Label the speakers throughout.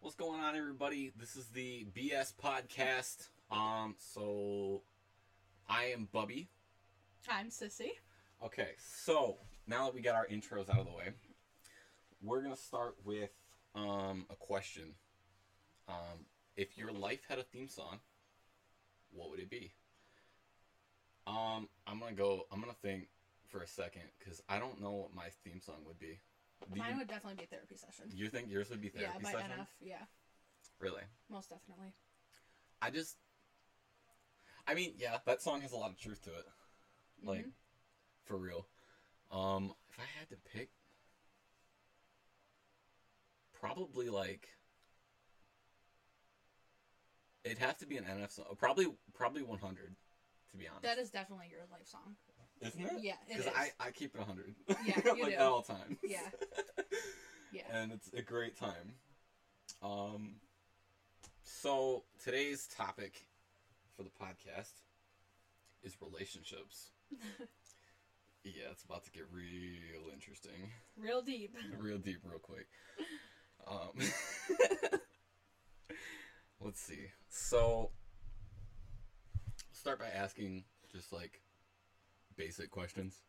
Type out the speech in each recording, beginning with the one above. Speaker 1: What's going on, everybody? This is the BS podcast. Um, so I am Bubby.
Speaker 2: I'm Sissy.
Speaker 1: Okay, so now that we got our intros out of the way, we're gonna start with um a question. Um, if your life had a theme song, what would it be? Um, I'm gonna go. I'm gonna think for a second because I don't know what my theme song would be. Do
Speaker 2: Mine
Speaker 1: you,
Speaker 2: would definitely be a therapy session.
Speaker 1: you think yours would be
Speaker 2: Yeah,
Speaker 1: therapy
Speaker 2: by
Speaker 1: session?
Speaker 2: NF. Yeah,
Speaker 1: Really?
Speaker 2: most definitely.
Speaker 1: I just, I mean, yeah, that song has a lot of truth to it, like
Speaker 2: Mhm.
Speaker 1: for real. Um, if I had to pick, probably like it'd have to be an NF song. Probably, probably 100, to be honest.
Speaker 2: that is definitely your life song.
Speaker 1: isn't it?
Speaker 2: Yeah, it
Speaker 1: Because
Speaker 2: is.
Speaker 1: I, I keep it 100.
Speaker 2: Yeah, you
Speaker 1: like
Speaker 2: do.
Speaker 1: at all times.
Speaker 2: Yeah. yeah.
Speaker 1: and it's a great time. Um, so today's topic for the podcast is relationships. yeah, it's about to get real interesting,
Speaker 2: Real deep.
Speaker 1: real deep, real quick. Um, let's see. So, start by asking just like basic questions,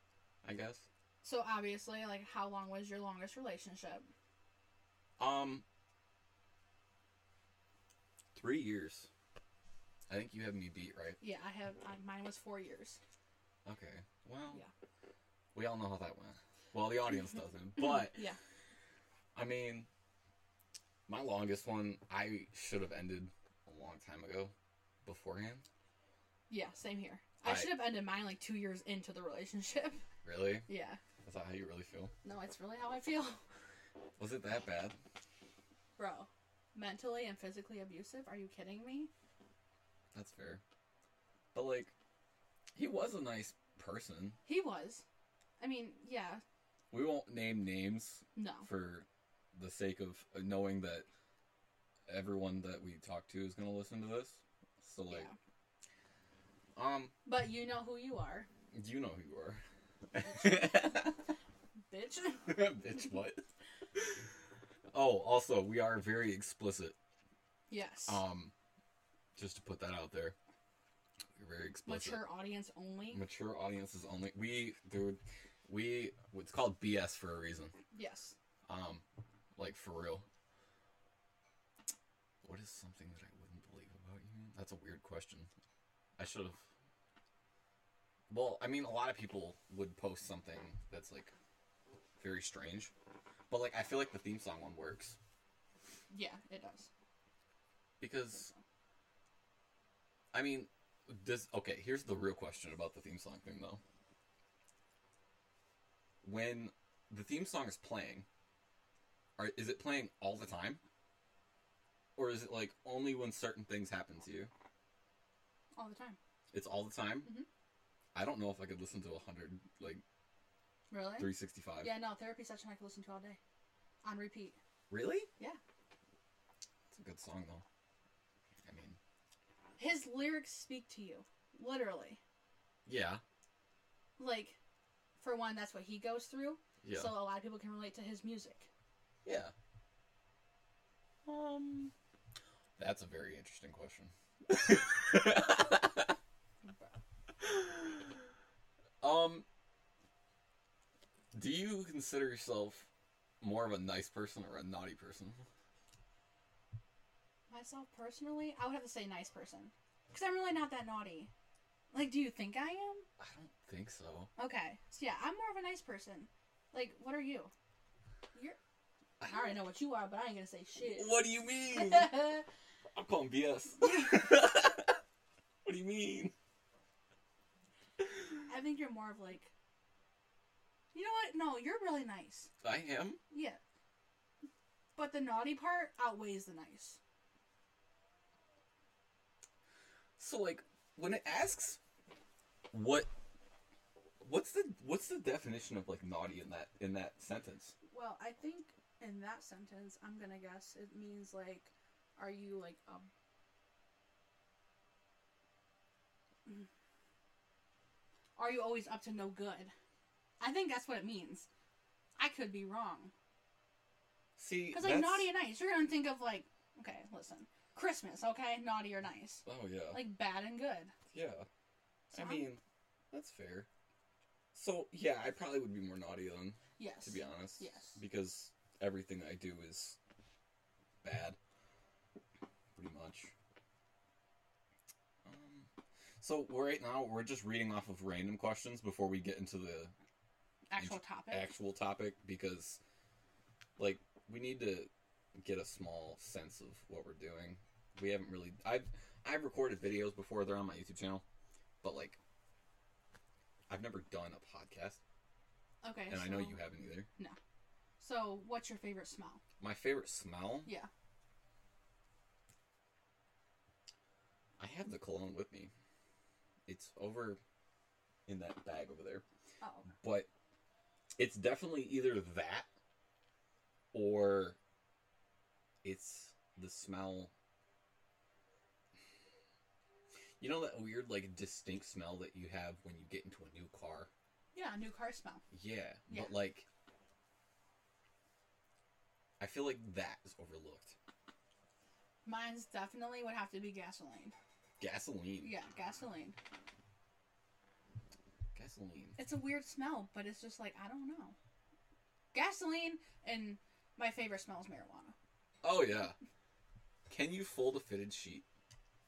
Speaker 1: I guess.
Speaker 2: So obviously, like, how long was your longest relationship?
Speaker 1: Um, three years. I think you have me beat, right?
Speaker 2: Yeah, I have. I, mine was four years.
Speaker 1: Okay. Well,
Speaker 2: Yeah.
Speaker 1: we all know how that went. Well, the audience doesn't, but
Speaker 2: Yeah.
Speaker 1: I mean, my longest one I should have ended a long time ago, beforehand.
Speaker 2: Yeah. Same here. I,
Speaker 1: I-
Speaker 2: should have ended mine like two years into the relationship.
Speaker 1: Really?
Speaker 2: yeah.
Speaker 1: Is that how you really feel?
Speaker 2: No, it's really how I feel,
Speaker 1: Was it that bad?
Speaker 2: bro. Mentally and physically abusive? Are you kidding me?
Speaker 1: That's fair. But like, he was a nice person.
Speaker 2: He was. I mean, yeah.
Speaker 1: We won't name names
Speaker 2: No.
Speaker 1: for the sake of knowing that everyone that we talk to is going to listen to this. So like,
Speaker 2: yeah.
Speaker 1: um,
Speaker 2: But you know who you are,
Speaker 1: you know who you are.
Speaker 2: bitch.
Speaker 1: Bitch, what? oh, also, we are very explicit.
Speaker 2: yes.
Speaker 1: Um, just to put that out there, we're very explicit.
Speaker 2: Mature audience only.
Speaker 1: Mature audiences only. We, dude, we. It's called BS for a reason.
Speaker 2: Yes.
Speaker 1: Um, like for real. What is something that I wouldn't believe about you? That's a weird question. I should have. Well, I mean, a lot of people would post something that's like very strange, but like I feel like the theme song one works
Speaker 2: Yeah, it does.
Speaker 1: because I mean, does okay? Here's the real question about the theme song thing though. When the theme song is playing, are, is it playing all the time, or is it like only when certain things happen to you?
Speaker 2: All the time.
Speaker 1: It's all the time.
Speaker 2: Mhm.
Speaker 1: I don't know if I could listen to hundred like
Speaker 2: Really?
Speaker 1: three sixty five.
Speaker 2: Yeah, no, therapy session I could listen to all day. On repeat.
Speaker 1: Really?
Speaker 2: Yeah.
Speaker 1: It's a good song though. I mean,
Speaker 2: His lyrics speak to you. Literally.
Speaker 1: yeah,
Speaker 2: Like, for one, that's what he goes through.
Speaker 1: yeah,
Speaker 2: So a lot of people can relate to his music.
Speaker 1: yeah. Um, that's a very interesting question. um, do you consider yourself more of a nice person or a naughty person?
Speaker 2: Myself personally, I would have to say nice person. Because I'm really not that naughty. Like, do you think I am?
Speaker 1: I don't think so.
Speaker 2: Okay. So yeah, I'm more of a nice person. Like, what are you? You're. I already know what you are, but I ain't gonna say shit.
Speaker 1: What do you mean? I'm calling BS. what do you mean?
Speaker 2: I think you're more of like. You know what? No, you're really nice.
Speaker 1: I am.
Speaker 2: Yeah. But the naughty part outweighs the nice.
Speaker 1: So like when it asks what what's the what's the definition of like naughty in that in that sentence?
Speaker 2: Well, I think in that sentence, I'm gonna guess it means like, are you like um. Are you always up to no good? I think that's what it means. I could be wrong.
Speaker 1: See,
Speaker 2: Because, like,
Speaker 1: that's-
Speaker 2: naughty and nice, you're going to think of, like, Okay, listen. Christmas, okay? Naughty or nice.
Speaker 1: Oh yeah.
Speaker 2: Like bad and good.
Speaker 1: yeah.
Speaker 2: So
Speaker 1: I
Speaker 2: I'm-
Speaker 1: mean, that's fair. So yeah, I probably would be more naughty then,
Speaker 2: yes.
Speaker 1: to be honest.
Speaker 2: Yes.
Speaker 1: Because everything I do is bad, pretty much. Um, so we're- right now we're just reading off of random questions before we get into the
Speaker 2: Actual topic.
Speaker 1: actual topic because, like, we need to get a small sense of what we're doing. We haven't really. I've I've recorded videos before. They're on my YouTube channel, but like, I've never done a podcast,
Speaker 2: okay.
Speaker 1: and
Speaker 2: so,
Speaker 1: I know you haven't either.
Speaker 2: So, what's your favorite smell?
Speaker 1: My favorite smell.
Speaker 2: Yeah.
Speaker 1: I have the cologne with me. It's over in that bag over there,
Speaker 2: Oh.
Speaker 1: but it's definitely either that or it's the smell. You know that weird, like, distinct smell that you have when you get into a new car?
Speaker 2: Yeah, new car smell.
Speaker 1: Yeah,
Speaker 2: Yeah.
Speaker 1: but like, I feel like that is overlooked.
Speaker 2: Mine's definitely would have to be gasoline.
Speaker 1: Gasoline.
Speaker 2: Yeah, gasoline.
Speaker 1: Gasoline.
Speaker 2: It's a weird smell, but it's just like I don't know. Gasoline and my favorite smell is marijuana.
Speaker 1: Oh, yeah. Can you fold a fitted sheet?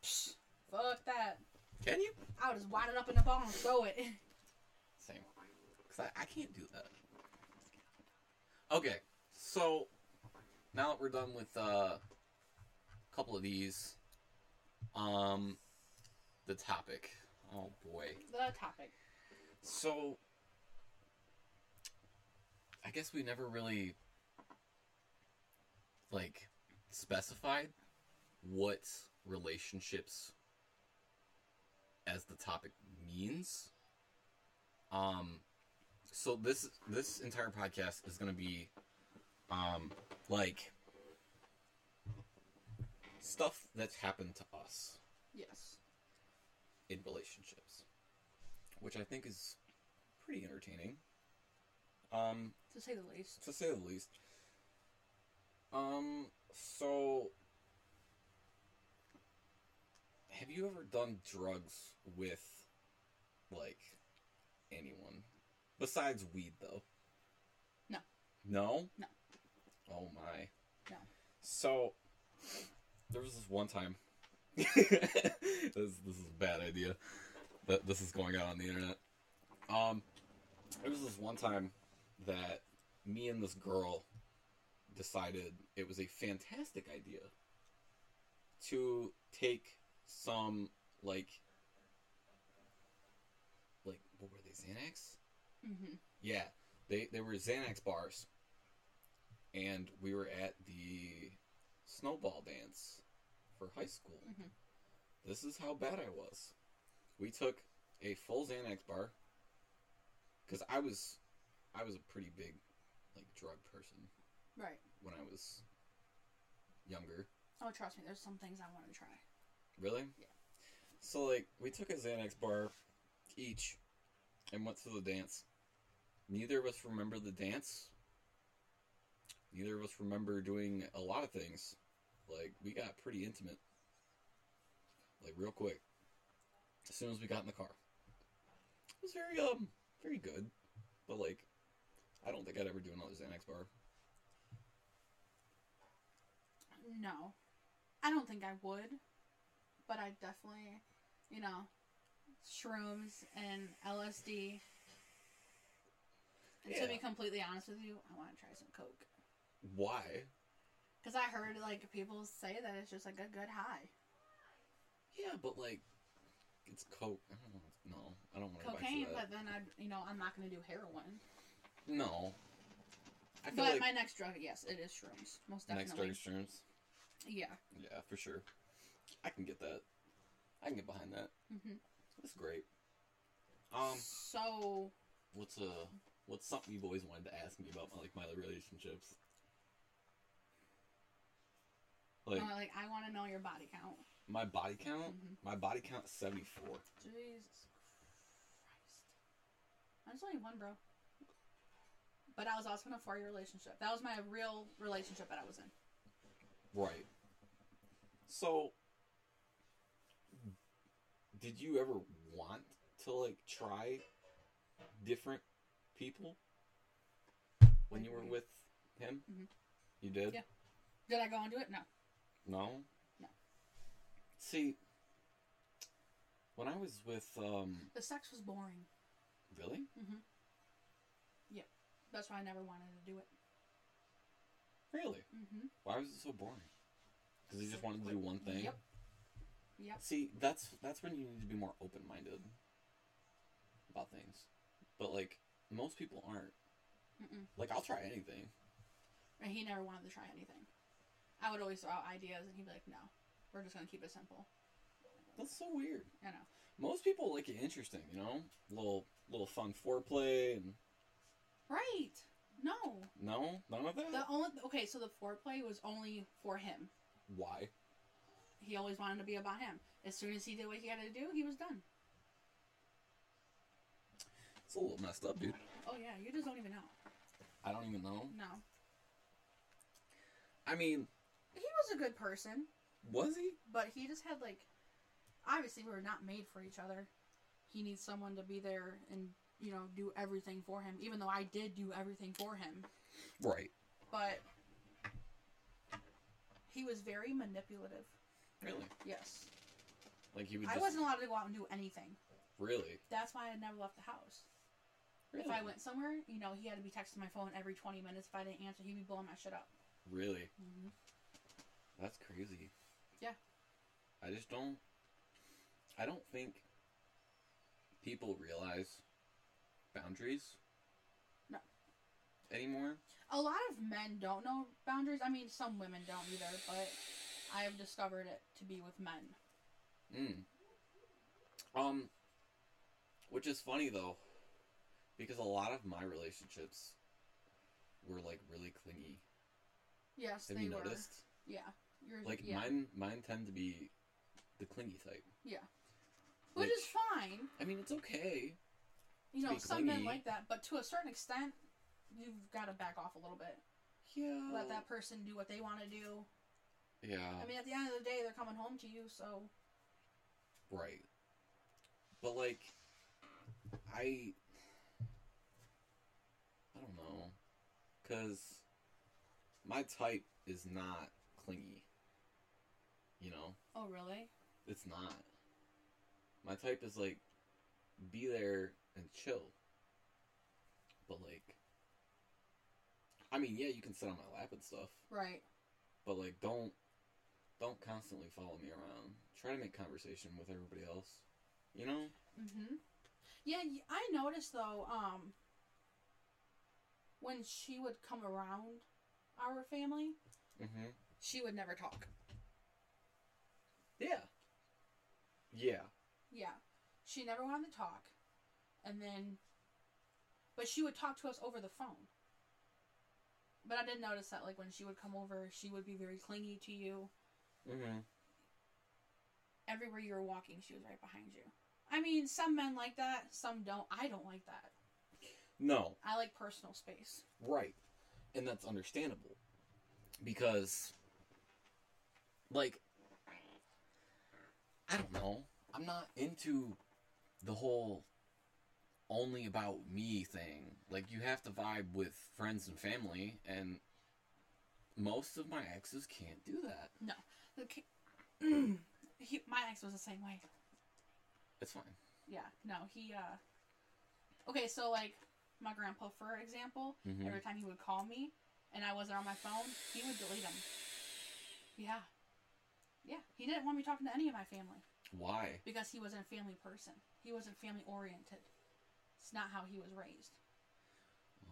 Speaker 2: Fuck that.
Speaker 1: Can you?
Speaker 2: I would just wad it up in a ball and throw it.
Speaker 1: Same. Cause I, I can't do that. Okay, so now that we're done with uh, a couple of these, um, the topic. Oh boy.
Speaker 2: the topic.
Speaker 1: So I guess we never really like specified what relationships as the topic means. Um so this this entire podcast is going to be um like stuff that's happened to us
Speaker 2: Yes.
Speaker 1: in relationships, which I think is pretty entertaining, um,
Speaker 2: To say the least.
Speaker 1: to say the least. Um, so have you ever done drugs with like anyone besides weed, though?
Speaker 2: No.
Speaker 1: No.
Speaker 2: No.
Speaker 1: Oh my.
Speaker 2: No.
Speaker 1: So there was this one time. this, this is a bad idea that this is going out on the internet. Um, there was this one time that me and this girl decided it was a fantastic idea to take some like like what were they Xanax?
Speaker 2: Mm-hmm.
Speaker 1: Yeah, they they were Xanax bars, and we were at the snowball dance for high school.
Speaker 2: Mhm.
Speaker 1: This is how bad I was. We took a full Xanax bar because I was I was a pretty big like drug person
Speaker 2: Right.
Speaker 1: when I was younger.
Speaker 2: Oh, trust me. There's some things I want to try.
Speaker 1: Really?
Speaker 2: Yeah.
Speaker 1: So like we took a Xanax bar each and went to the dance. Neither of us remember the dance. Neither of us remember doing a lot of things. Like we got pretty intimate. Like real quick. As soon as we got in the car. It was very um very good. But like I don't think I'd ever do another Xanax bar.
Speaker 2: No, I don't think I would, but I definitely, you know, shrooms and LSD. And to be
Speaker 1: Yeah.
Speaker 2: completely honest with you, I want to try some coke
Speaker 1: Why?
Speaker 2: because I heard like people say that it's just like a good high.
Speaker 1: Yeah, but like it's coke. I don't know. No, I don't want to
Speaker 2: Cocaine,
Speaker 1: that.
Speaker 2: but then I, you know, I'm not going to do heroin.
Speaker 1: No. I feel
Speaker 2: But
Speaker 1: like
Speaker 2: my next drug, yes, it is shrooms, most
Speaker 1: next
Speaker 2: definitely.
Speaker 1: drug insurance.
Speaker 2: Yeah.
Speaker 1: Yeah, for sure. I can get that. I can get behind that.
Speaker 2: hmm
Speaker 1: That's great. Um,
Speaker 2: so
Speaker 1: what's uh, what's something you've always wanted to ask me about, my, like my relationships? Like
Speaker 2: I'm like, I want to know your body count.
Speaker 1: my body count.
Speaker 2: Mhm.
Speaker 1: My body count is seventy four.
Speaker 2: Jesus Christ. I was only one, bro. But I was also in a four year relationship. That was my real relationship that I was in.
Speaker 1: Right. So, did you ever want to like try different people when you were with him?
Speaker 2: Mhm.
Speaker 1: You did?
Speaker 2: Mm-hmm. Yeah. Did I go into it? No.
Speaker 1: No.
Speaker 2: No.
Speaker 1: See, when I was with um,
Speaker 2: The sex was boring.
Speaker 1: really,
Speaker 2: That's why I never wanted to do it.
Speaker 1: really,
Speaker 2: Mm-hmm.
Speaker 1: why was it so boring? Because you just wanted to do one thing.
Speaker 2: Yep. Yep.
Speaker 1: See, that's that's when you need to be more open minded about things. But like most people aren't.
Speaker 2: Mm-mm.
Speaker 1: Like I'll try anything.
Speaker 2: And he never wanted to try anything. I would always throw out ideas, and he'd be like, "No, we're just gonna keep it simple."
Speaker 1: That's so weird.
Speaker 2: You know.
Speaker 1: Most people like it interesting, you know, little little fun foreplay and
Speaker 2: Right. No.
Speaker 1: no, none of that.
Speaker 2: The only okay, so the foreplay was only for him.
Speaker 1: Why?
Speaker 2: He always wanted to be about him. As soon as he did what he had to do, he was done.
Speaker 1: It's a little messed up, dude.
Speaker 2: Oh yeah, you just don't even know.
Speaker 1: I don't even know.
Speaker 2: No.
Speaker 1: I mean,
Speaker 2: He was a good person,
Speaker 1: was he?
Speaker 2: but he just had like obviously we were not made for each other. He needs someone to be there and, you know, do everything for him, even though I did do everything for him.
Speaker 1: Right.
Speaker 2: But he was very manipulative.
Speaker 1: Really?
Speaker 2: Yes.
Speaker 1: Like he would
Speaker 2: I
Speaker 1: just
Speaker 2: wasn't allowed to go out and do anything.
Speaker 1: really.
Speaker 2: That's why I never left the house.
Speaker 1: Really?
Speaker 2: If I went somewhere, you know, he had to be texting my phone every 20 minutes. If I didn't answer, he'd be blowing my shit up.
Speaker 1: Really?
Speaker 2: Mm-hmm.
Speaker 1: That's crazy.
Speaker 2: Yeah.
Speaker 1: I just don't. I don't think people realize boundaries.
Speaker 2: No.
Speaker 1: Anymore.
Speaker 2: A lot of men don't know boundaries. I mean, some women don't either, but I have discovered it to be with men.
Speaker 1: Mm. Um. Which is funny though, because a lot of my relationships were like really clingy.
Speaker 2: Yes,
Speaker 1: Have
Speaker 2: they
Speaker 1: you
Speaker 2: were.
Speaker 1: noticed?
Speaker 2: Yeah. Yours,
Speaker 1: Like
Speaker 2: yeah.
Speaker 1: mine, mine tend to be the clingy type.
Speaker 2: Which is
Speaker 1: which-
Speaker 2: fine.
Speaker 1: I mean, it's okay.
Speaker 2: You
Speaker 1: to
Speaker 2: know,
Speaker 1: be
Speaker 2: some men
Speaker 1: clingy.
Speaker 2: like that, but to a certain extent, you've got to back off a little bit.
Speaker 1: Yeah.
Speaker 2: Let that person do what they want to do.
Speaker 1: Yeah.
Speaker 2: I mean, at the end of the day, they're coming home to you, so.
Speaker 1: Right. But like I I don't know cuz my type is not clingy. You know,
Speaker 2: Oh, really?
Speaker 1: it's not. My type is like be there and chill. But like I mean, yeah, you can sit on my lap and stuff,
Speaker 2: Right.
Speaker 1: but like don't don't constantly follow me around. Try to make conversation with everybody else. You know?
Speaker 2: Mm-hmm. Yeah, y- I noticed though, um, when she would come around our family,
Speaker 1: Mm-hmm.
Speaker 2: she would never talk.
Speaker 1: Yeah. Yeah.
Speaker 2: Yeah. She never wanted to talk. And then, but she would talk to us over the phone. But I did notice that, like, when she would come over, she would be very clingy to you.
Speaker 1: Mm-hmm.
Speaker 2: Everywhere you were walking, she was right behind you. I mean, some men like that, some don't. I don't like that.
Speaker 1: No,
Speaker 2: I like personal space.
Speaker 1: right. And that's understandable. Because, like, I don't know. I'm not into the whole only about me thing. Like, you have to vibe with friends and family, and most of my exes can't do that.
Speaker 2: The ki- he, my ex was the same way.
Speaker 1: It's fine.
Speaker 2: Yeah, no, he, uh. Okay, so, like, my grandpa, for example,
Speaker 1: Mm-hmm.
Speaker 2: every time he would call me and I wasn't on my phone, he would delete them. Yeah. Yeah, he didn't want me talking to any of my family
Speaker 1: Why?
Speaker 2: because he wasn't a family person. He wasn't family oriented. It's not how he was raised.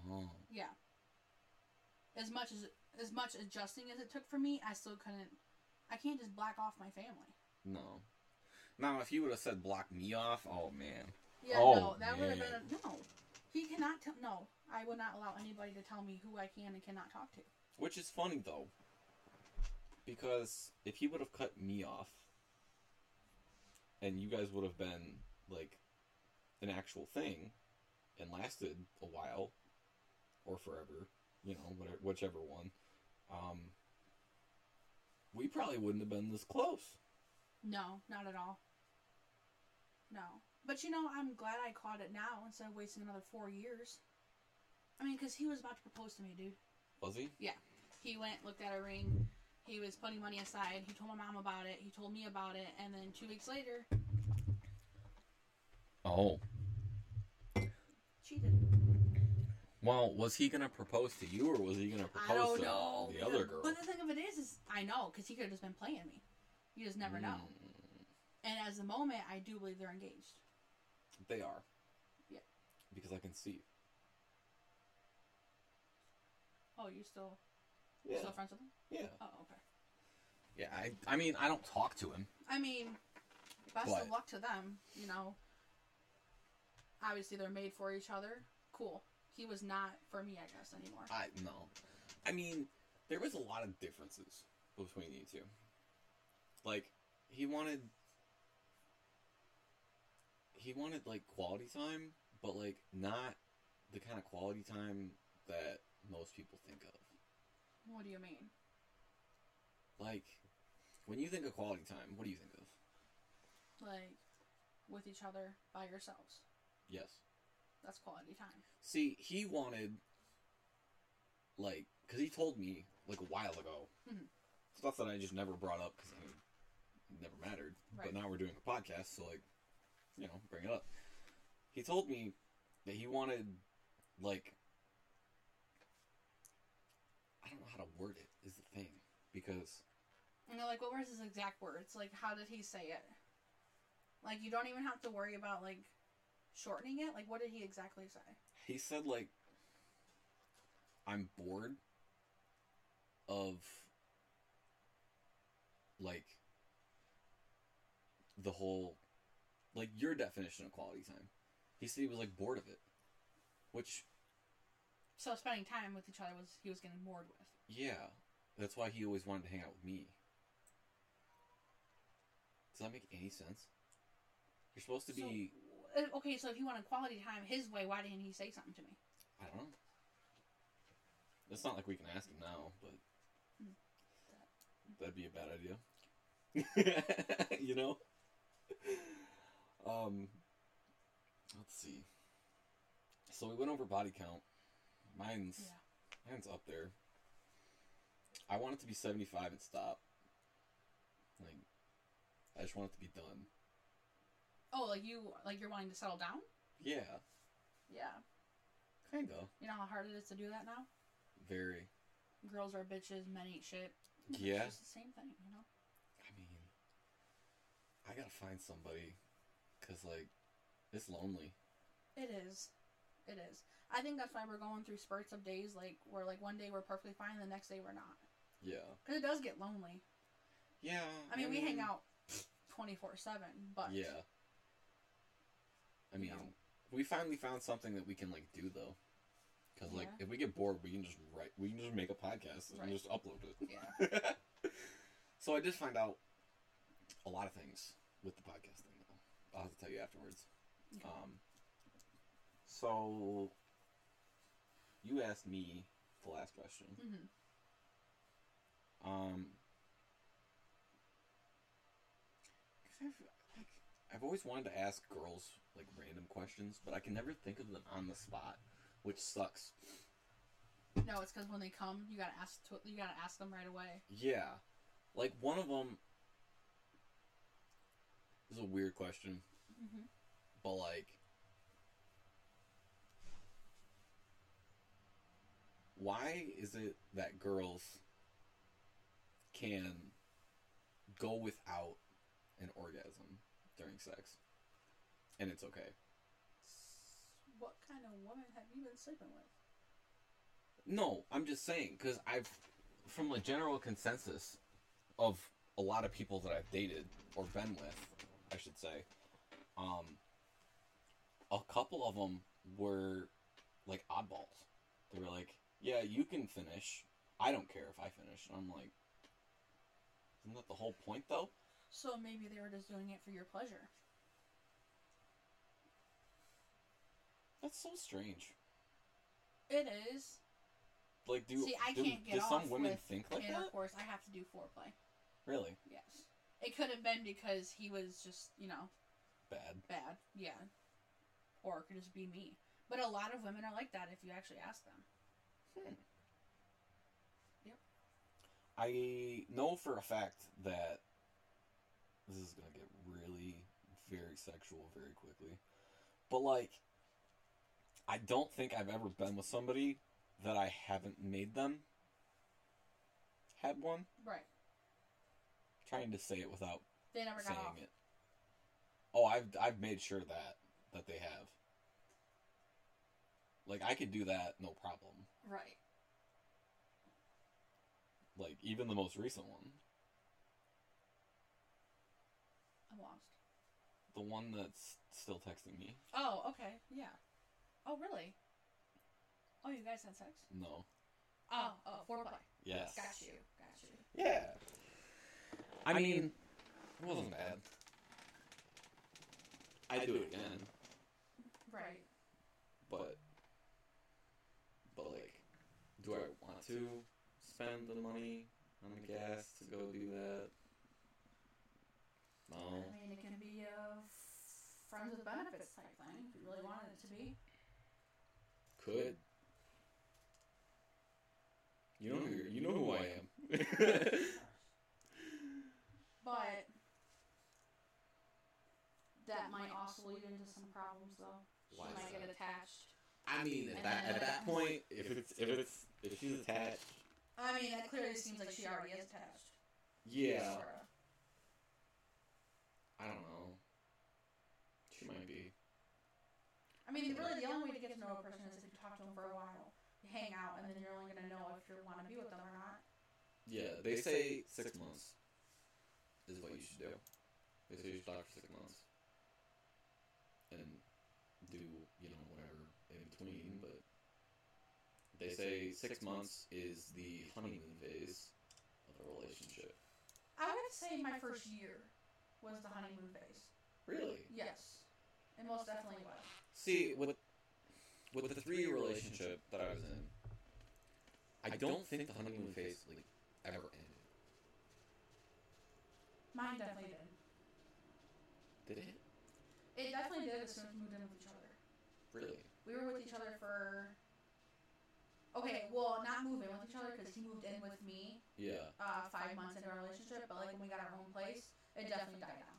Speaker 1: Oh.
Speaker 2: Yeah. As much as as much adjusting as it took for me, I still couldn't. I can't just black off my family.
Speaker 1: No. Now, if you would have said block me off, oh man.
Speaker 2: Yeah,
Speaker 1: Oh,
Speaker 2: no, that would have been
Speaker 1: man.
Speaker 2: a, no. He cannot tell. No, I will not allow anybody to tell me who I can and cannot talk to.
Speaker 1: Which is funny though, because if he would have cut me off, and you guys would have been like an actual thing, and lasted a while, or forever, you know, whatever, whichever one, um, we we probably wouldn't have been this close.
Speaker 2: No, not at all. No. But you know, I'm glad I caught it now instead of wasting another four years. I mean, because he was about to propose to me, dude.
Speaker 1: Was he?
Speaker 2: He went, looked at a ring. He was putting money aside. He told my mom about it. He told me about it. And then two weeks later,
Speaker 1: Oh.
Speaker 2: cheated.
Speaker 1: Well, was he gonna propose to you, or was he gonna propose
Speaker 2: I don't
Speaker 1: to
Speaker 2: know.
Speaker 1: the other girl?
Speaker 2: But the thing of it is, is I know because he could have just been playing me. You just never know.
Speaker 1: Mm,
Speaker 2: And as the moment, I do believe they're engaged.
Speaker 1: They are.
Speaker 2: Yeah.
Speaker 1: Because I can see.
Speaker 2: Oh, you still
Speaker 1: Yeah.
Speaker 2: still friends with him?
Speaker 1: yeah.
Speaker 2: Oh, okay.
Speaker 1: Yeah. I. I mean, I don't talk to him.
Speaker 2: I mean, best
Speaker 1: But-
Speaker 2: of luck to them. You know, obviously they're made for each other. Cool. He was not for me, I guess, anymore.
Speaker 1: I no. I mean, there was a lot of differences between you two. Like, he wanted he wanted like quality time, but like not the kind of quality time that most people think of.
Speaker 2: What do you mean?
Speaker 1: Like, when you think of quality time, what do you think of?
Speaker 2: Like with each other by yourselves?
Speaker 1: Yes.
Speaker 2: That's quality time.
Speaker 1: See, he wanted, like, because he told me, like, a while ago,
Speaker 2: Mhm.
Speaker 1: stuff that I just never brought up because it never mattered.
Speaker 2: Right.
Speaker 1: But now we're doing a podcast, so, like, you know, bring it up. He told me that he wanted, like, I don't know how to word it, is the thing. Because,
Speaker 2: And they're like, what was his exact words? Like, how did he say it? Like, you don't even have to worry about like shortening it. Like, what did he exactly say?
Speaker 1: He said like I'm bored of like the whole like your definition of quality time. He said he was like bored of it. Which
Speaker 2: So spending time with each other was he was getting bored with.
Speaker 1: yeah, that's why he always wanted to hang out with me. Does that make any sense? You're supposed to be
Speaker 2: So, uh, okay, so if you wanted quality time his way, why didn't he say something to me?
Speaker 1: I don't know. It's not like we can ask him now, but
Speaker 2: Hmm.
Speaker 1: that'd be a bad idea. you know? Um, let's see. So we went over body count. Mine's
Speaker 2: Yeah.
Speaker 1: mine's up there. I want it to be seventy five and stop. Like, I just want it to be done.
Speaker 2: Oh, like you, like you're wanting to settle down?
Speaker 1: Yeah,
Speaker 2: Yeah.
Speaker 1: kind of.
Speaker 2: You know how hard it is to do that now?
Speaker 1: Very.
Speaker 2: Girls are bitches, men eat shit. It's
Speaker 1: Yeah.
Speaker 2: just the same thing, you know?
Speaker 1: I mean, I gotta find somebody, cause like, it's lonely.
Speaker 2: It is. It is. I think that's why we're going through spurts of days, like, where, like, one day we're perfectly fine, the next day we're not.
Speaker 1: Yeah.
Speaker 2: Because it does get lonely.
Speaker 1: Yeah.
Speaker 2: I mean, we hang out 24 7, but.
Speaker 1: Mm. Yeah. I
Speaker 2: You
Speaker 1: mean,
Speaker 2: know.
Speaker 1: we finally found something that we can like do though, cause like
Speaker 2: Yeah.
Speaker 1: if we get bored, we can just write, we can just make a podcast and
Speaker 2: Right.
Speaker 1: just upload it.
Speaker 2: Yeah.
Speaker 1: so I did find out a lot of things with the podcast thing. Though. I'll have to tell you afterwards.
Speaker 2: Okay.
Speaker 1: Um. So. You asked me the last question.
Speaker 2: Mhm.
Speaker 1: Um, 'cause I've, like, I've always wanted to ask girls like random questions, but I can never think of them on the spot, which sucks.
Speaker 2: No, it's because when they come, you gotta ask. To, you gotta ask them right away.
Speaker 1: Yeah, like one of them is a weird question,
Speaker 2: Mm-hmm.
Speaker 1: but like, why is it that girls can go without an orgasm during sex and it's okay?
Speaker 2: What kind of woman have you been sleeping with?
Speaker 1: No, I'm just saying because I've, from the general consensus of a lot of people that I've dated or been with, I should say, um, a couple of them were like oddballs. They were like, "Yeah, you can finish. I don't care if I finish." And I'm like, "Isn't that the whole point, though?"
Speaker 2: So maybe they were just doing it for your pleasure.
Speaker 1: That's so strange.
Speaker 2: It is
Speaker 1: Like, do
Speaker 2: See, I
Speaker 1: do,
Speaker 2: can't get
Speaker 1: do some
Speaker 2: off
Speaker 1: women
Speaker 2: with
Speaker 1: think like that?
Speaker 2: intercourse. I have to do foreplay.
Speaker 1: Really
Speaker 2: Yes. It could have been because he was just, you know,
Speaker 1: bad.
Speaker 2: bad. Yeah. Or it could just be me. But a lot of women are like that if you actually ask them.
Speaker 1: I know for a fact that this is gonna get really very sexual very quickly, but like, I don't think I've ever been with somebody that I haven't made them had one.
Speaker 2: Right.
Speaker 1: trying to say it without
Speaker 2: They never got
Speaker 1: saying
Speaker 2: off.
Speaker 1: it. Oh, I've I've made sure that that they have. Like I could do that no problem.
Speaker 2: Right.
Speaker 1: Like even the most recent one,
Speaker 2: I'm lost.
Speaker 1: the one that's still texting me.
Speaker 2: Oh, okay. Yeah. Oh, really? Oh, you guys had sex?
Speaker 1: No.
Speaker 2: Oh, oh, foreplay.
Speaker 1: Yes.
Speaker 2: Got you. Got you.
Speaker 1: Yeah. I,
Speaker 3: I
Speaker 1: mean,
Speaker 3: mean,
Speaker 1: it wasn't bad. I do it again,
Speaker 2: Right.
Speaker 1: but but like, do I want to spend the money on the gas to go do that? No.
Speaker 2: I mean, it can be a friends with benefits type thing if you really wanted it to be.
Speaker 1: Could. You know, who- you know who I am.
Speaker 2: But that might also lead into some problems, though. She
Speaker 1: Why is
Speaker 2: might get
Speaker 1: that?
Speaker 2: attached.
Speaker 3: I mean, at that at that point, if it's if it's if she's attached,
Speaker 2: I mean, that clearly seems like she already is attached.
Speaker 3: yeah,
Speaker 2: Sort
Speaker 1: I don't know. She might be.
Speaker 2: I mean, really, the only way to get to know a person is if you talk to them for a while, you hang out, and then you're only gonna know if you want to be with them or not.
Speaker 1: Yeah, they say six months is what you should do. They say you should talk for six months and do you know whatever in between, but they say six months is the honeymoon phase of a relationship.
Speaker 2: I would say my first year was the honeymoon phase.
Speaker 1: Really?
Speaker 2: Yes, it most definitely was.
Speaker 1: See, with with the three year relationship that I was in, I don't think the honeymoon phase like ever ended.
Speaker 2: Mine definitely did.
Speaker 1: Did it?
Speaker 2: It definitely did as soon as we moved in with each other.
Speaker 1: Really?
Speaker 2: We were with each other for. Okay, well, not moving with each other because he moved in with me
Speaker 1: Yeah.
Speaker 2: uh, five months into our relationship, but like when we got our own place, it definitely died down.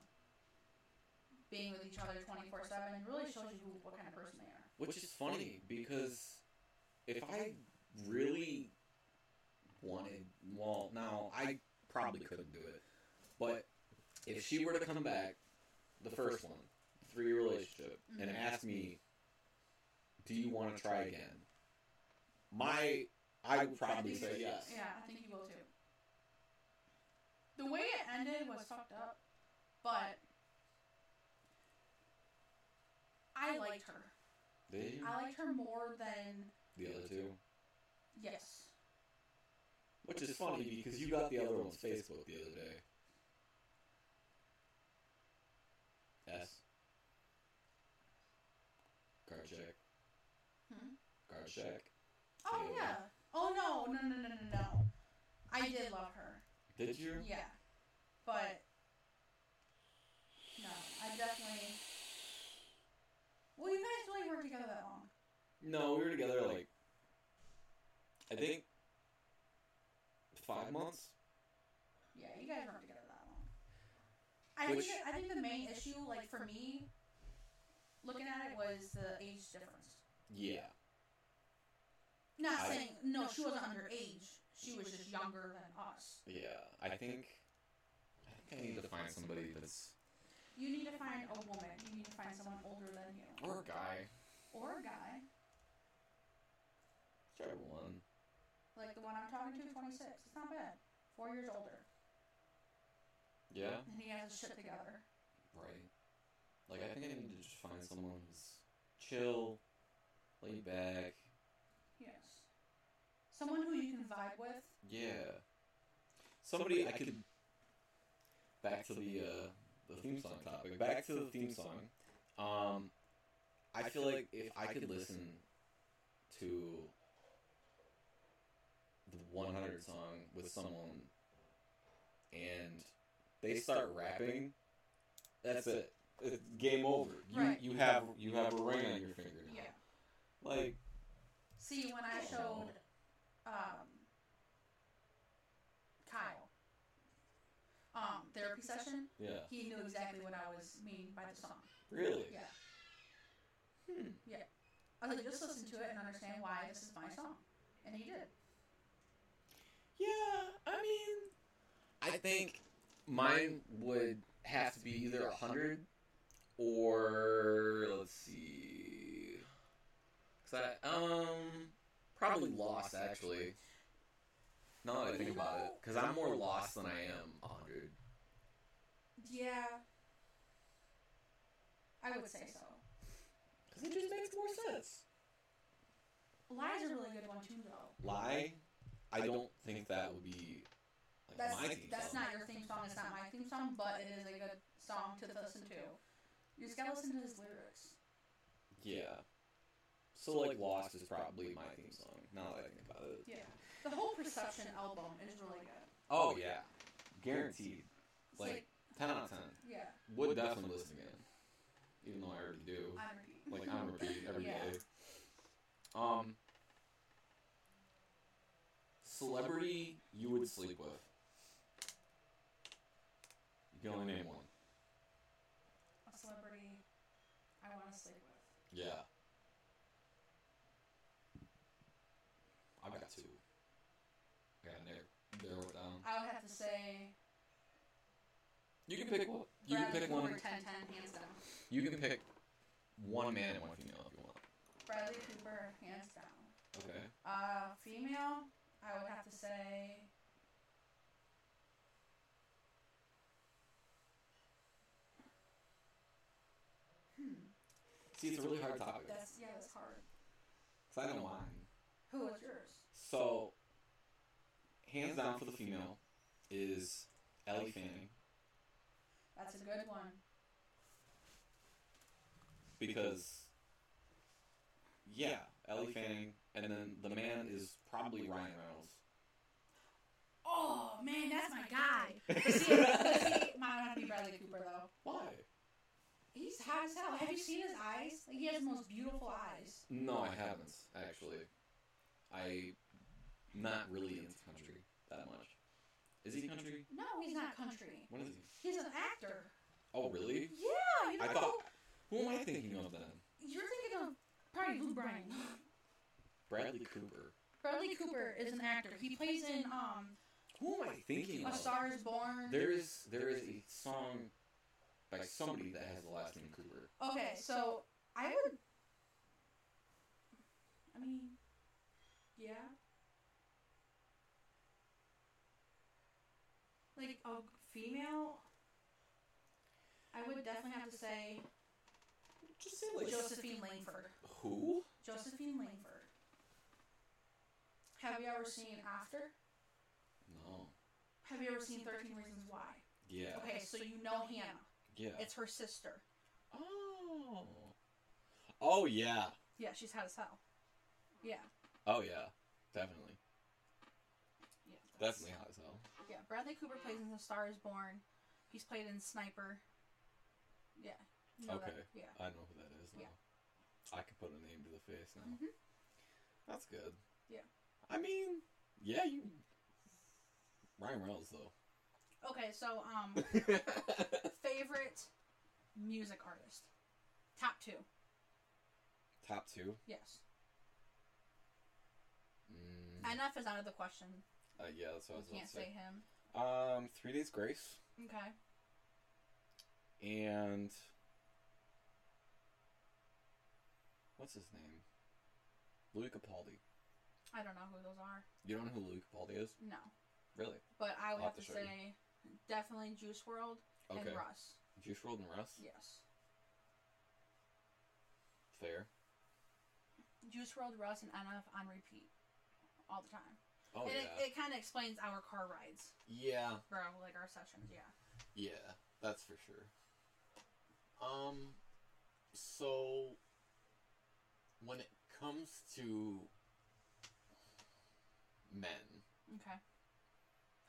Speaker 2: Being with each other 24 7 really shows you who, what kind of person they are.
Speaker 1: Which is funny because if I really wanted, well, now I probably couldn't do it, but if she were to come back, the first one, three year relationship, and ask me, "Do you want to try again?" My, I would probably say yes.
Speaker 2: Yeah, I think you will too. The way it ended was fucked up, but I liked her.
Speaker 1: Did you?
Speaker 2: I liked her more than.
Speaker 1: The other two.
Speaker 2: Yes.
Speaker 1: Which is funny because you got the other one's Facebook the other day. S. Card check.
Speaker 2: Hmm?
Speaker 1: Card check.
Speaker 2: Oh
Speaker 1: Yeah.
Speaker 2: yeah. Oh no, no, no, no, no, no. I did love her.
Speaker 1: Did you?
Speaker 2: Yeah, but no, I definitely. Well, you guys really weren't together that long.
Speaker 1: No, we were together like I think five months.
Speaker 2: Yeah, you guys weren't together that long. I think
Speaker 1: Which-
Speaker 2: I think the main issue, like for me, looking at it was the age difference.
Speaker 1: Yeah.
Speaker 2: Not
Speaker 1: I-
Speaker 2: saying no, she wasn't underage. She was just younger than us.
Speaker 1: Yeah. I think I think I need to find somebody that's
Speaker 2: You need to find a woman. You need to find someone older than you,
Speaker 1: or a guy.
Speaker 2: or a guy.
Speaker 1: Whichever one.
Speaker 2: Like the one I'm talking to, 26. It's not bad. Four years older.
Speaker 1: Yeah.
Speaker 2: And he has his shit together.
Speaker 1: Right. Like, I think I need to just find someone who's chill, laid back.
Speaker 2: Yes. Someone who you can vibe with.
Speaker 1: Yeah. Somebody I could. Back to the uh, the theme song topic. Back to the theme song. Um, I feel like if I could listen to the 100 song with someone and they start rapping, that's it. It's game over. You
Speaker 2: Right.
Speaker 1: you have you have a ring on your finger. now.
Speaker 2: Yeah.
Speaker 1: Like
Speaker 2: See, when I showed um, Kyle um, therapy session,
Speaker 1: yeah.
Speaker 2: he knew exactly what I was meaning by the song.
Speaker 1: Really?
Speaker 2: Yeah.
Speaker 1: Hmm.
Speaker 2: I was like, just listen to it and understand why this is my song. And he did.
Speaker 1: Yeah, I mean, I think mine would have to be either a hundred or let's see, cause I um probably lost actually. Now that I think about it, because I'm more lost than I am a hundred.
Speaker 2: Yeah. I would say so.
Speaker 1: Cause it just makes more sense.
Speaker 2: Lie's a really good one too, though.
Speaker 1: Lie, I don't think that would be like
Speaker 2: That's
Speaker 1: my theme
Speaker 2: that's
Speaker 1: song.
Speaker 2: not your theme song. It's not my theme song, but it is a good song to listen to. You just gotta listen to his lyrics.
Speaker 1: Yeah. So like, Lost is probably my theme song. Now that I think about it.
Speaker 2: Yeah. The whole Perception album is really good.
Speaker 1: Oh yeah, guaranteed.
Speaker 2: It's
Speaker 1: Like,
Speaker 2: like,
Speaker 1: Ten out of ten.
Speaker 2: yeah,
Speaker 1: Would definitely listen again, even though I already do.
Speaker 2: I repeat.
Speaker 1: Like I'm repeat every day.
Speaker 2: Yeah.
Speaker 1: Um, celebrity you would sleep with. You can only name one.
Speaker 2: A celebrity I want to sleep with.
Speaker 1: Yeah. I've got two. I got Nick. Narrow it down.
Speaker 2: I would have to say
Speaker 1: You can pick one. You can
Speaker 2: Bradley
Speaker 1: pick one.
Speaker 2: Cooper, 10 hands down.
Speaker 1: You can pick one man and one female if you want.
Speaker 2: Bradley Cooper, hands down.
Speaker 1: Okay.
Speaker 2: Uh, female, I would have to say. Hmm.
Speaker 1: See, it's a really hard topic.
Speaker 2: That's yeah, that's hard.
Speaker 1: Cause I know mine.
Speaker 2: Who was yours?
Speaker 1: So, hands down for the female is Ellie Fanning
Speaker 2: That's a good one.
Speaker 1: because, yeah, Ellie Fanning, and then the man is probably Ryan
Speaker 2: Oh man, that's my guy.
Speaker 1: Reynolds.
Speaker 2: See, but see, mine would have to be Bradley Cooper though.
Speaker 1: Why?
Speaker 2: He's hot as hell. Have you seen his eyes? Like, he has the most beautiful eyes.
Speaker 1: No, I haven't actually. I not really into country that much. Is he country?
Speaker 2: No, he's not country.
Speaker 1: What is he?
Speaker 2: He's an actor.
Speaker 1: Oh, really?
Speaker 2: Yeah, you
Speaker 1: I
Speaker 2: don't
Speaker 1: thought.
Speaker 2: know-
Speaker 1: Who am I thinking of then?
Speaker 2: You're thinking of probably Lou Bryan.
Speaker 1: Bradley Cooper.
Speaker 2: Bradley Cooper is an actor. He plays in um,
Speaker 1: Who am I thinking
Speaker 2: A
Speaker 1: of?
Speaker 2: Star Is Born.
Speaker 1: There is there is a song by somebody that has the last name Cooper.
Speaker 2: Okay, so I would. I mean, yeah. Like a female, I would definitely have to say
Speaker 1: Just say
Speaker 2: Josephine Langford.
Speaker 1: who?
Speaker 2: Josephine Langford. Have you ever seen After?
Speaker 1: No.
Speaker 2: Have you ever seen Thirteen Reasons Why?
Speaker 1: Yeah.
Speaker 2: Okay, so you know Hannah.
Speaker 1: Yeah.
Speaker 2: It's her sister.
Speaker 1: Oh. Oh yeah.
Speaker 2: Yeah, she's hot as hell. Yeah.
Speaker 1: Oh yeah. Definitely.
Speaker 2: Yeah.
Speaker 1: Definitely hot as hell.
Speaker 2: Yeah, Bradley Cooper plays in The Star Is Born. He's played in Sniper. Yeah. You know that.
Speaker 1: Okay.
Speaker 2: Yeah.
Speaker 1: I know who that is now.
Speaker 2: Yeah.
Speaker 1: I could put a name to the face now.
Speaker 2: Mhm.
Speaker 1: That's good.
Speaker 2: Yeah.
Speaker 1: I mean, yeah, you. Ryan Reynolds though.
Speaker 2: Okay, so um, favorite music artist, top two.
Speaker 1: Top two.
Speaker 2: Yes.
Speaker 1: Mm,
Speaker 2: Enough is out of the question.
Speaker 1: uh, yeah, that's what I was about
Speaker 2: you can't
Speaker 1: to say.
Speaker 2: say him.
Speaker 1: Um, Three Days Grace.
Speaker 2: Okay.
Speaker 1: and what's his name? Louis Capaldi.
Speaker 2: I don't know who those are.
Speaker 1: You don't know who Louis Capaldi is?
Speaker 2: No,
Speaker 1: Really?
Speaker 2: but I would
Speaker 1: I'll
Speaker 2: have
Speaker 1: have
Speaker 2: to
Speaker 1: to show you.
Speaker 2: say definitely Juice World
Speaker 1: Okay.
Speaker 2: and Russ.
Speaker 1: Juice World and Russ.
Speaker 2: Yes.
Speaker 1: Fair.
Speaker 2: Juice World, Russ, and NF on repeat all the time.
Speaker 1: Oh
Speaker 2: and
Speaker 1: yeah.
Speaker 2: it, it kind of explains our car rides,
Speaker 1: yeah.
Speaker 2: or like our sessions. Yeah.
Speaker 1: Yeah. That's for sure. Um. So when it comes to men,
Speaker 2: Okay.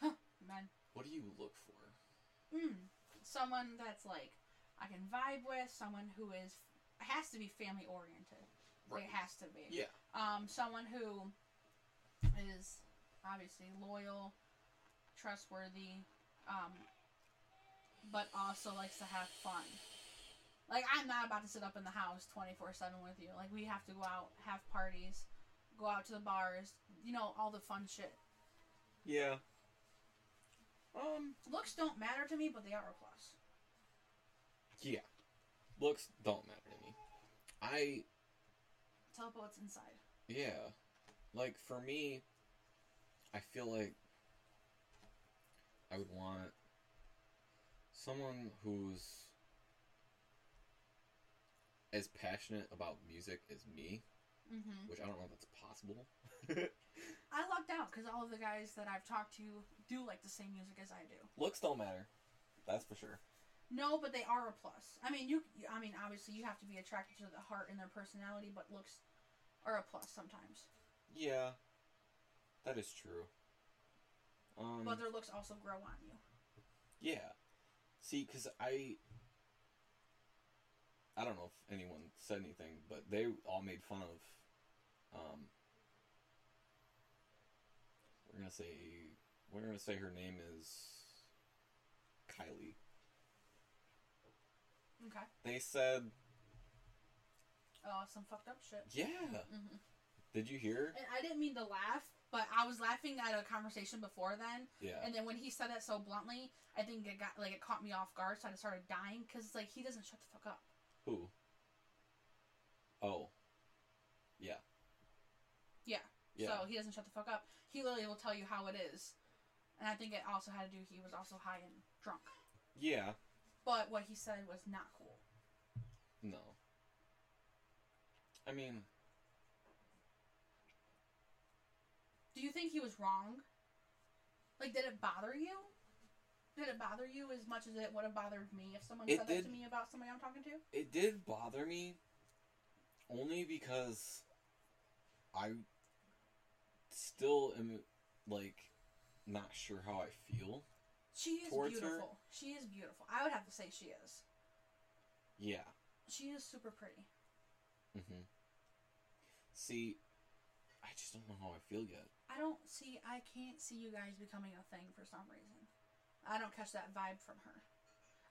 Speaker 2: Huh, men.
Speaker 1: what do you look for?
Speaker 2: mm, someone that's like I can vibe with, someone who is has to be family oriented. Like, It has to be.
Speaker 1: Yeah.
Speaker 2: Um, someone who is obviously loyal, trustworthy, um, but also likes to have fun. Like I'm not about to sit up in the house 24/7 with you. Like we have to go out, have parties, go out to the bars, you know, all the fun shit.
Speaker 1: Yeah. Um.
Speaker 2: Looks don't matter to me, but they are a plus.
Speaker 1: Yeah. Looks don't matter to me. I
Speaker 2: Tell about what's inside.
Speaker 1: yeah. Like for me, I feel like I would want someone who's as passionate about music as me,
Speaker 2: Mm-hmm.
Speaker 1: which I don't know if that's possible.
Speaker 2: I lucked out because all of the guys that I've talked to do like the same music as I do.
Speaker 1: Looks don't matter. That's for sure.
Speaker 2: No, but they are a plus. I mean, you. I mean, obviously, you have to be attracted to the heart and their personality, but looks are a plus sometimes.
Speaker 1: Yeah. That is true. Um
Speaker 2: But their looks also grow on you.
Speaker 1: Yeah. See, because I. I don't know if anyone said anything, but they all made fun of. Um, we're gonna say we're gonna say her name is Kylie.
Speaker 2: Okay.
Speaker 1: They said,
Speaker 2: Oh, some fucked up shit.
Speaker 1: "Yeah,
Speaker 2: hmm
Speaker 1: Mm-hmm. did you hear?
Speaker 2: And I didn't mean to laugh, but I was laughing at a conversation before then,
Speaker 1: Yeah,
Speaker 2: and then when he said that so bluntly, I think it got like it caught me off guard, so I just started dying because it's like he doesn't shut the fuck up.
Speaker 1: who? Oh, yeah,
Speaker 2: Yeah.
Speaker 1: yeah,
Speaker 2: So he doesn't shut the fuck up. He literally will tell you how it is, and I think it also had to do he was also high and drunk.
Speaker 1: yeah."
Speaker 2: But what he said was not cool.
Speaker 1: No. I mean,
Speaker 2: Do you think he was wrong? Like, did it bother you? Did it bother you as much as it would have bothered me if someone
Speaker 1: It
Speaker 2: said that
Speaker 1: did.
Speaker 2: to me about somebody I'm talking to?
Speaker 1: it did bother me only because I still am like not sure how I feel.
Speaker 2: She is
Speaker 1: Towards her?
Speaker 2: beautiful. She is beautiful. I would have to say she is.
Speaker 1: Yeah.
Speaker 2: She is super pretty.
Speaker 1: Mhm. See, I just don't know how I feel yet.
Speaker 2: I don't see. I can't see you guys becoming a thing for some reason. I don't catch that vibe from her.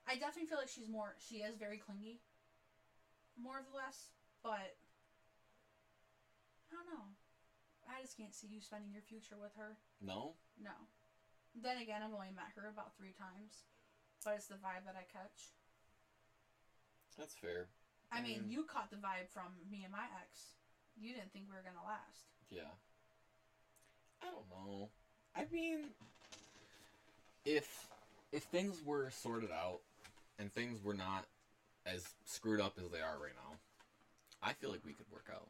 Speaker 2: I definitely feel like she's more. She is very clingy. More or less, but I don't know. I just can't see you spending your future with her.
Speaker 1: No?
Speaker 2: No. Then again, I've only met her about three times, but it's the vibe that I catch.
Speaker 1: That's fair.
Speaker 2: I mean,
Speaker 1: Mm.
Speaker 2: you caught the vibe from me and my ex. You didn't think we were gonna last.
Speaker 1: Yeah. I don't know. I mean, if if things were sorted out and things were not as screwed up as they are right now, I feel like we could work out.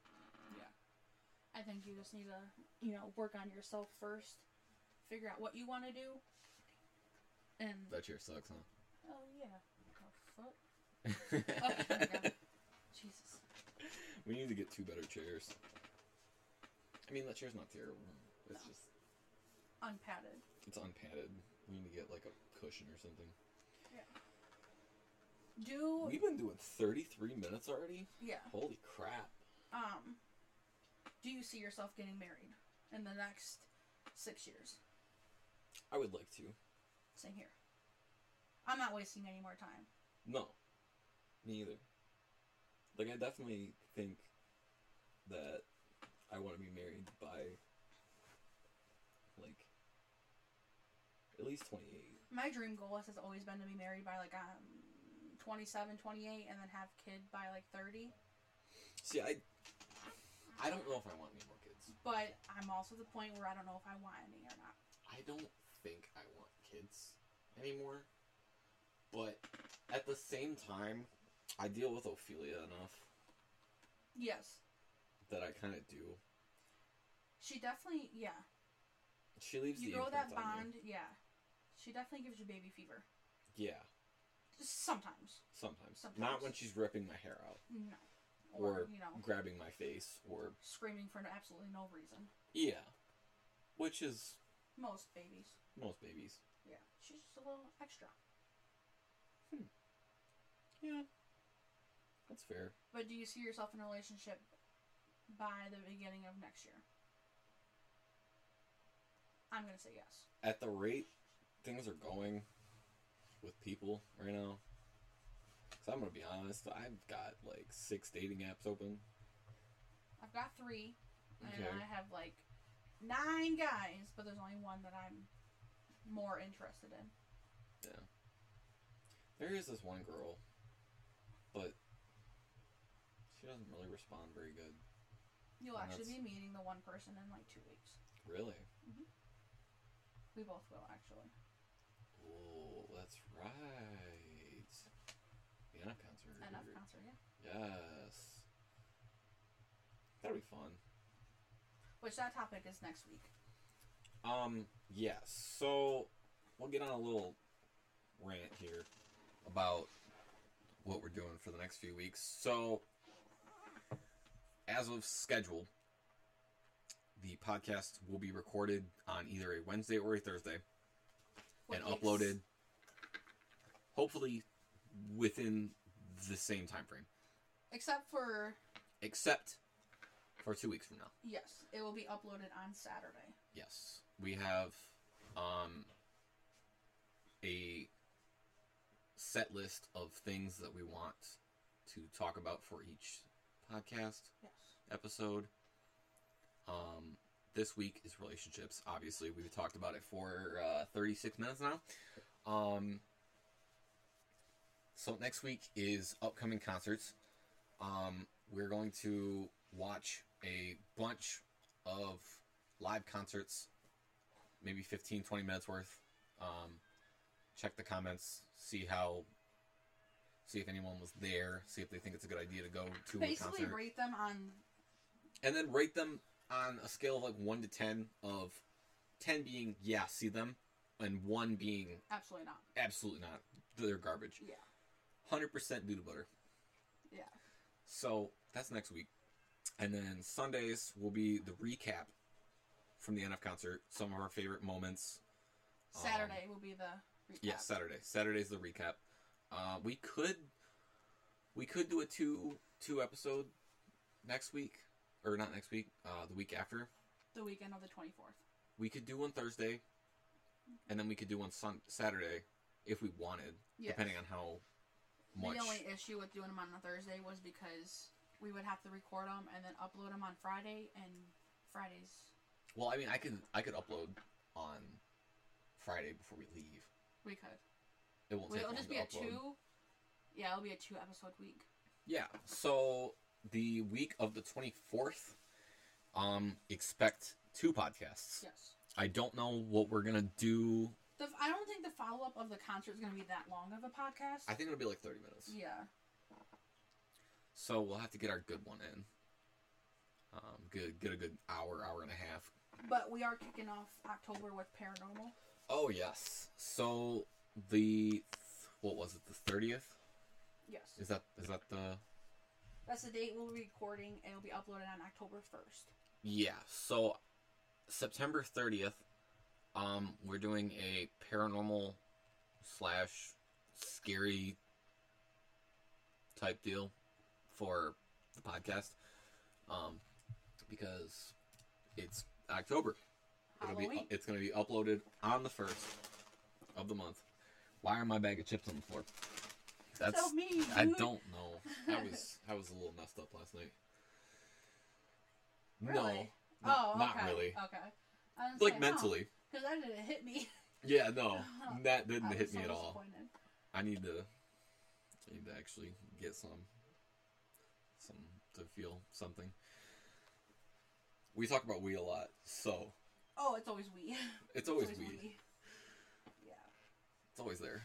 Speaker 2: I think you just need to, you know, work on yourself first, figure out what you want to do, and
Speaker 1: That chair sucks,
Speaker 2: oh yeah, oh, fuck.
Speaker 1: huh?
Speaker 2: Oh, there we go. Jesus,
Speaker 1: we need to get two better chairs. I mean, that chair's not terrible. It's
Speaker 2: No.
Speaker 1: just
Speaker 2: unpadded.
Speaker 1: it's unpadded. We need to get like a cushion or something.
Speaker 2: Do
Speaker 1: We've been doing 33 minutes already.
Speaker 2: yeah.
Speaker 1: Holy crap.
Speaker 2: Um, do you see yourself getting married in the next six years?
Speaker 1: I would like to.
Speaker 2: Same here. I'm not wasting any more time.
Speaker 1: No, me either. Like, I definitely think that I want to be married by, like, at least 28.
Speaker 2: My dream goal has always been to be married by like um 27, 28 and then have kid by like 30.
Speaker 1: See, I, I don't know if I want any more kids.
Speaker 2: But I'm also at the point where I don't know if I want any or not.
Speaker 1: I don't think I want kids anymore. But at the same time, I deal with Ophelia enough
Speaker 2: Yes.
Speaker 1: that I kind of do.
Speaker 2: She definitely yeah.
Speaker 1: She leaves the
Speaker 2: You grow that
Speaker 1: imprint on you.
Speaker 2: bond, yeah. She definitely gives you baby fever.
Speaker 1: Yeah,
Speaker 2: Sometimes.
Speaker 1: sometimes. Not
Speaker 2: Sometimes. Oh.
Speaker 1: when she's ripping my hair out.
Speaker 2: No.
Speaker 1: Or,
Speaker 2: Or, you know,
Speaker 1: grabbing my face or
Speaker 2: screaming for absolutely no reason.
Speaker 1: yeah which is
Speaker 2: Most babies.
Speaker 1: most babies
Speaker 2: Yeah. She's just a little extra.
Speaker 1: Yeah. That's fair.
Speaker 2: But do you see yourself in a relationship by the beginning of next year? I'm gonna say yes.
Speaker 1: At the rate things are going with people right now, because I'm going to be honest, I've got like six dating apps open.
Speaker 2: I've got three, and
Speaker 1: Okay.
Speaker 2: I have like nine guys, but there's only one that I'm more interested in.
Speaker 1: There is this one girl, but she doesn't really respond very good.
Speaker 2: You'll
Speaker 1: And
Speaker 2: actually
Speaker 1: that's-
Speaker 2: be meeting the one person in like two weeks.
Speaker 1: Really?
Speaker 2: We both will actually.
Speaker 1: Oh, that's right. The Anna concert.
Speaker 2: Enough concert, yeah.
Speaker 1: Yes. That'll be fun.
Speaker 2: Which that topic is next week.
Speaker 1: Um, yes. so we'll get on a little rant here about what we're doing for the next few weeks. So, as of schedule, the podcast will be recorded on either a Wednesday or a Thursday
Speaker 2: What
Speaker 1: and
Speaker 2: dates?
Speaker 1: uploaded hopefully within the same time frame,
Speaker 2: Except for
Speaker 1: except for two weeks from now.
Speaker 2: yes, it will be uploaded on Saturday.
Speaker 1: Yes, we have um, a set list of things that we want to talk about for each podcast
Speaker 2: Yes.
Speaker 1: episode. Um, this week is relationships. Obviously, we've talked about it for uh, 36 minutes now. Um, so next week is upcoming concerts. Um, we're going to watch a bunch of live concerts, maybe 15, 20 minutes worth. Um, check the comments, see how, see if anyone was there, see if they think it's a good idea to go to a
Speaker 2: Basically
Speaker 1: concert
Speaker 2: rate them on
Speaker 1: and then rate them on a scale of like 1 to 10 of 10 being yeah see them and 1 being
Speaker 2: absolutely not.
Speaker 1: absolutely not they're garbage
Speaker 2: Yeah.
Speaker 1: 100% doo to butter
Speaker 2: Yeah.
Speaker 1: so that's next week and then sundays will be the recap from the nf concert some of our favorite moments Um,
Speaker 2: Saturday will be the recap.
Speaker 1: yeah saturday saturday's the recap uh, we could we could do a two two episode next week or not next week uh, the week after
Speaker 2: The weekend of the twenty fourth.
Speaker 1: We could do one Thursday, and then we could do one sun- Saturday if we wanted,
Speaker 2: Yes.
Speaker 1: depending on how much.
Speaker 2: The only issue with doing them on a Thursday was because we would have to record them and then upload them on Friday, and Fridays.
Speaker 1: Well, I mean, I could I could upload on Friday before we leave.
Speaker 2: We could.
Speaker 1: It won't take
Speaker 2: it'll
Speaker 1: long
Speaker 2: just
Speaker 1: to
Speaker 2: be a
Speaker 1: upload.
Speaker 2: two. Yeah, it'll be a two episode week.
Speaker 1: Yeah. So the week of the twenty fourth, um, expect two podcasts.
Speaker 2: Yes.
Speaker 1: I don't know what we're gonna do.
Speaker 2: The f- I don't think the follow up of the concert is going to be that long of a podcast.
Speaker 1: I think it'll be like thirty minutes.
Speaker 2: yeah.
Speaker 1: So we'll have to get our good one in. Um, good, get a good hour, hour and a half
Speaker 2: But we are kicking off October with Paranormal.
Speaker 1: Oh yes. So the what was it? The thirtieth?
Speaker 2: Yes.
Speaker 1: Is that is that the?
Speaker 2: That's the date we'll be recording, and it'll be uploaded on October 1st.
Speaker 1: Yeah. So September thirtieth. Um, we're doing a paranormal slash scary type deal for the podcast. Um, because it's October. It'll be
Speaker 2: Halloween.
Speaker 1: it's gonna be uploaded on the first of the month. Why are my bag of chips on the floor? That's
Speaker 2: so mean.
Speaker 1: I don't know. I was I was a little messed up last night. No,
Speaker 2: Really?
Speaker 1: not,
Speaker 2: oh,
Speaker 1: not
Speaker 2: okay.
Speaker 1: really.
Speaker 2: Okay. I was
Speaker 1: Like
Speaker 2: saying, huh,
Speaker 1: mentally.
Speaker 2: 'cause that didn't hit me.
Speaker 1: Yeah, no, that
Speaker 2: I
Speaker 1: didn't
Speaker 2: was
Speaker 1: hit
Speaker 2: so
Speaker 1: me at all.
Speaker 2: disappointed.
Speaker 1: I need to I need to actually get some some to feel something. We talk about we a lot, so
Speaker 2: Oh, it's always we. It's
Speaker 1: it's always, we.
Speaker 2: we. Yeah.
Speaker 1: It's always there.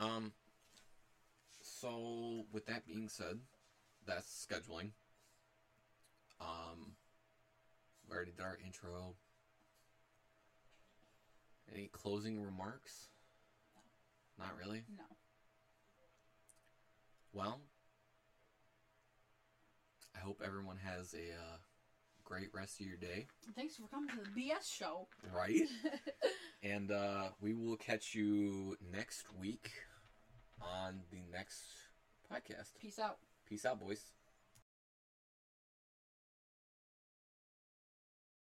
Speaker 1: Um. So with that being said, that's scheduling. Um. We already did our intro. Any closing remarks? Not really.
Speaker 2: No.
Speaker 1: Well, I hope everyone has a uh, great rest of your day,
Speaker 2: Thanks for coming to the BS show.
Speaker 1: right? And uh, we will catch you next week on the next podcast.
Speaker 2: Peace out.
Speaker 1: Peace out, boys.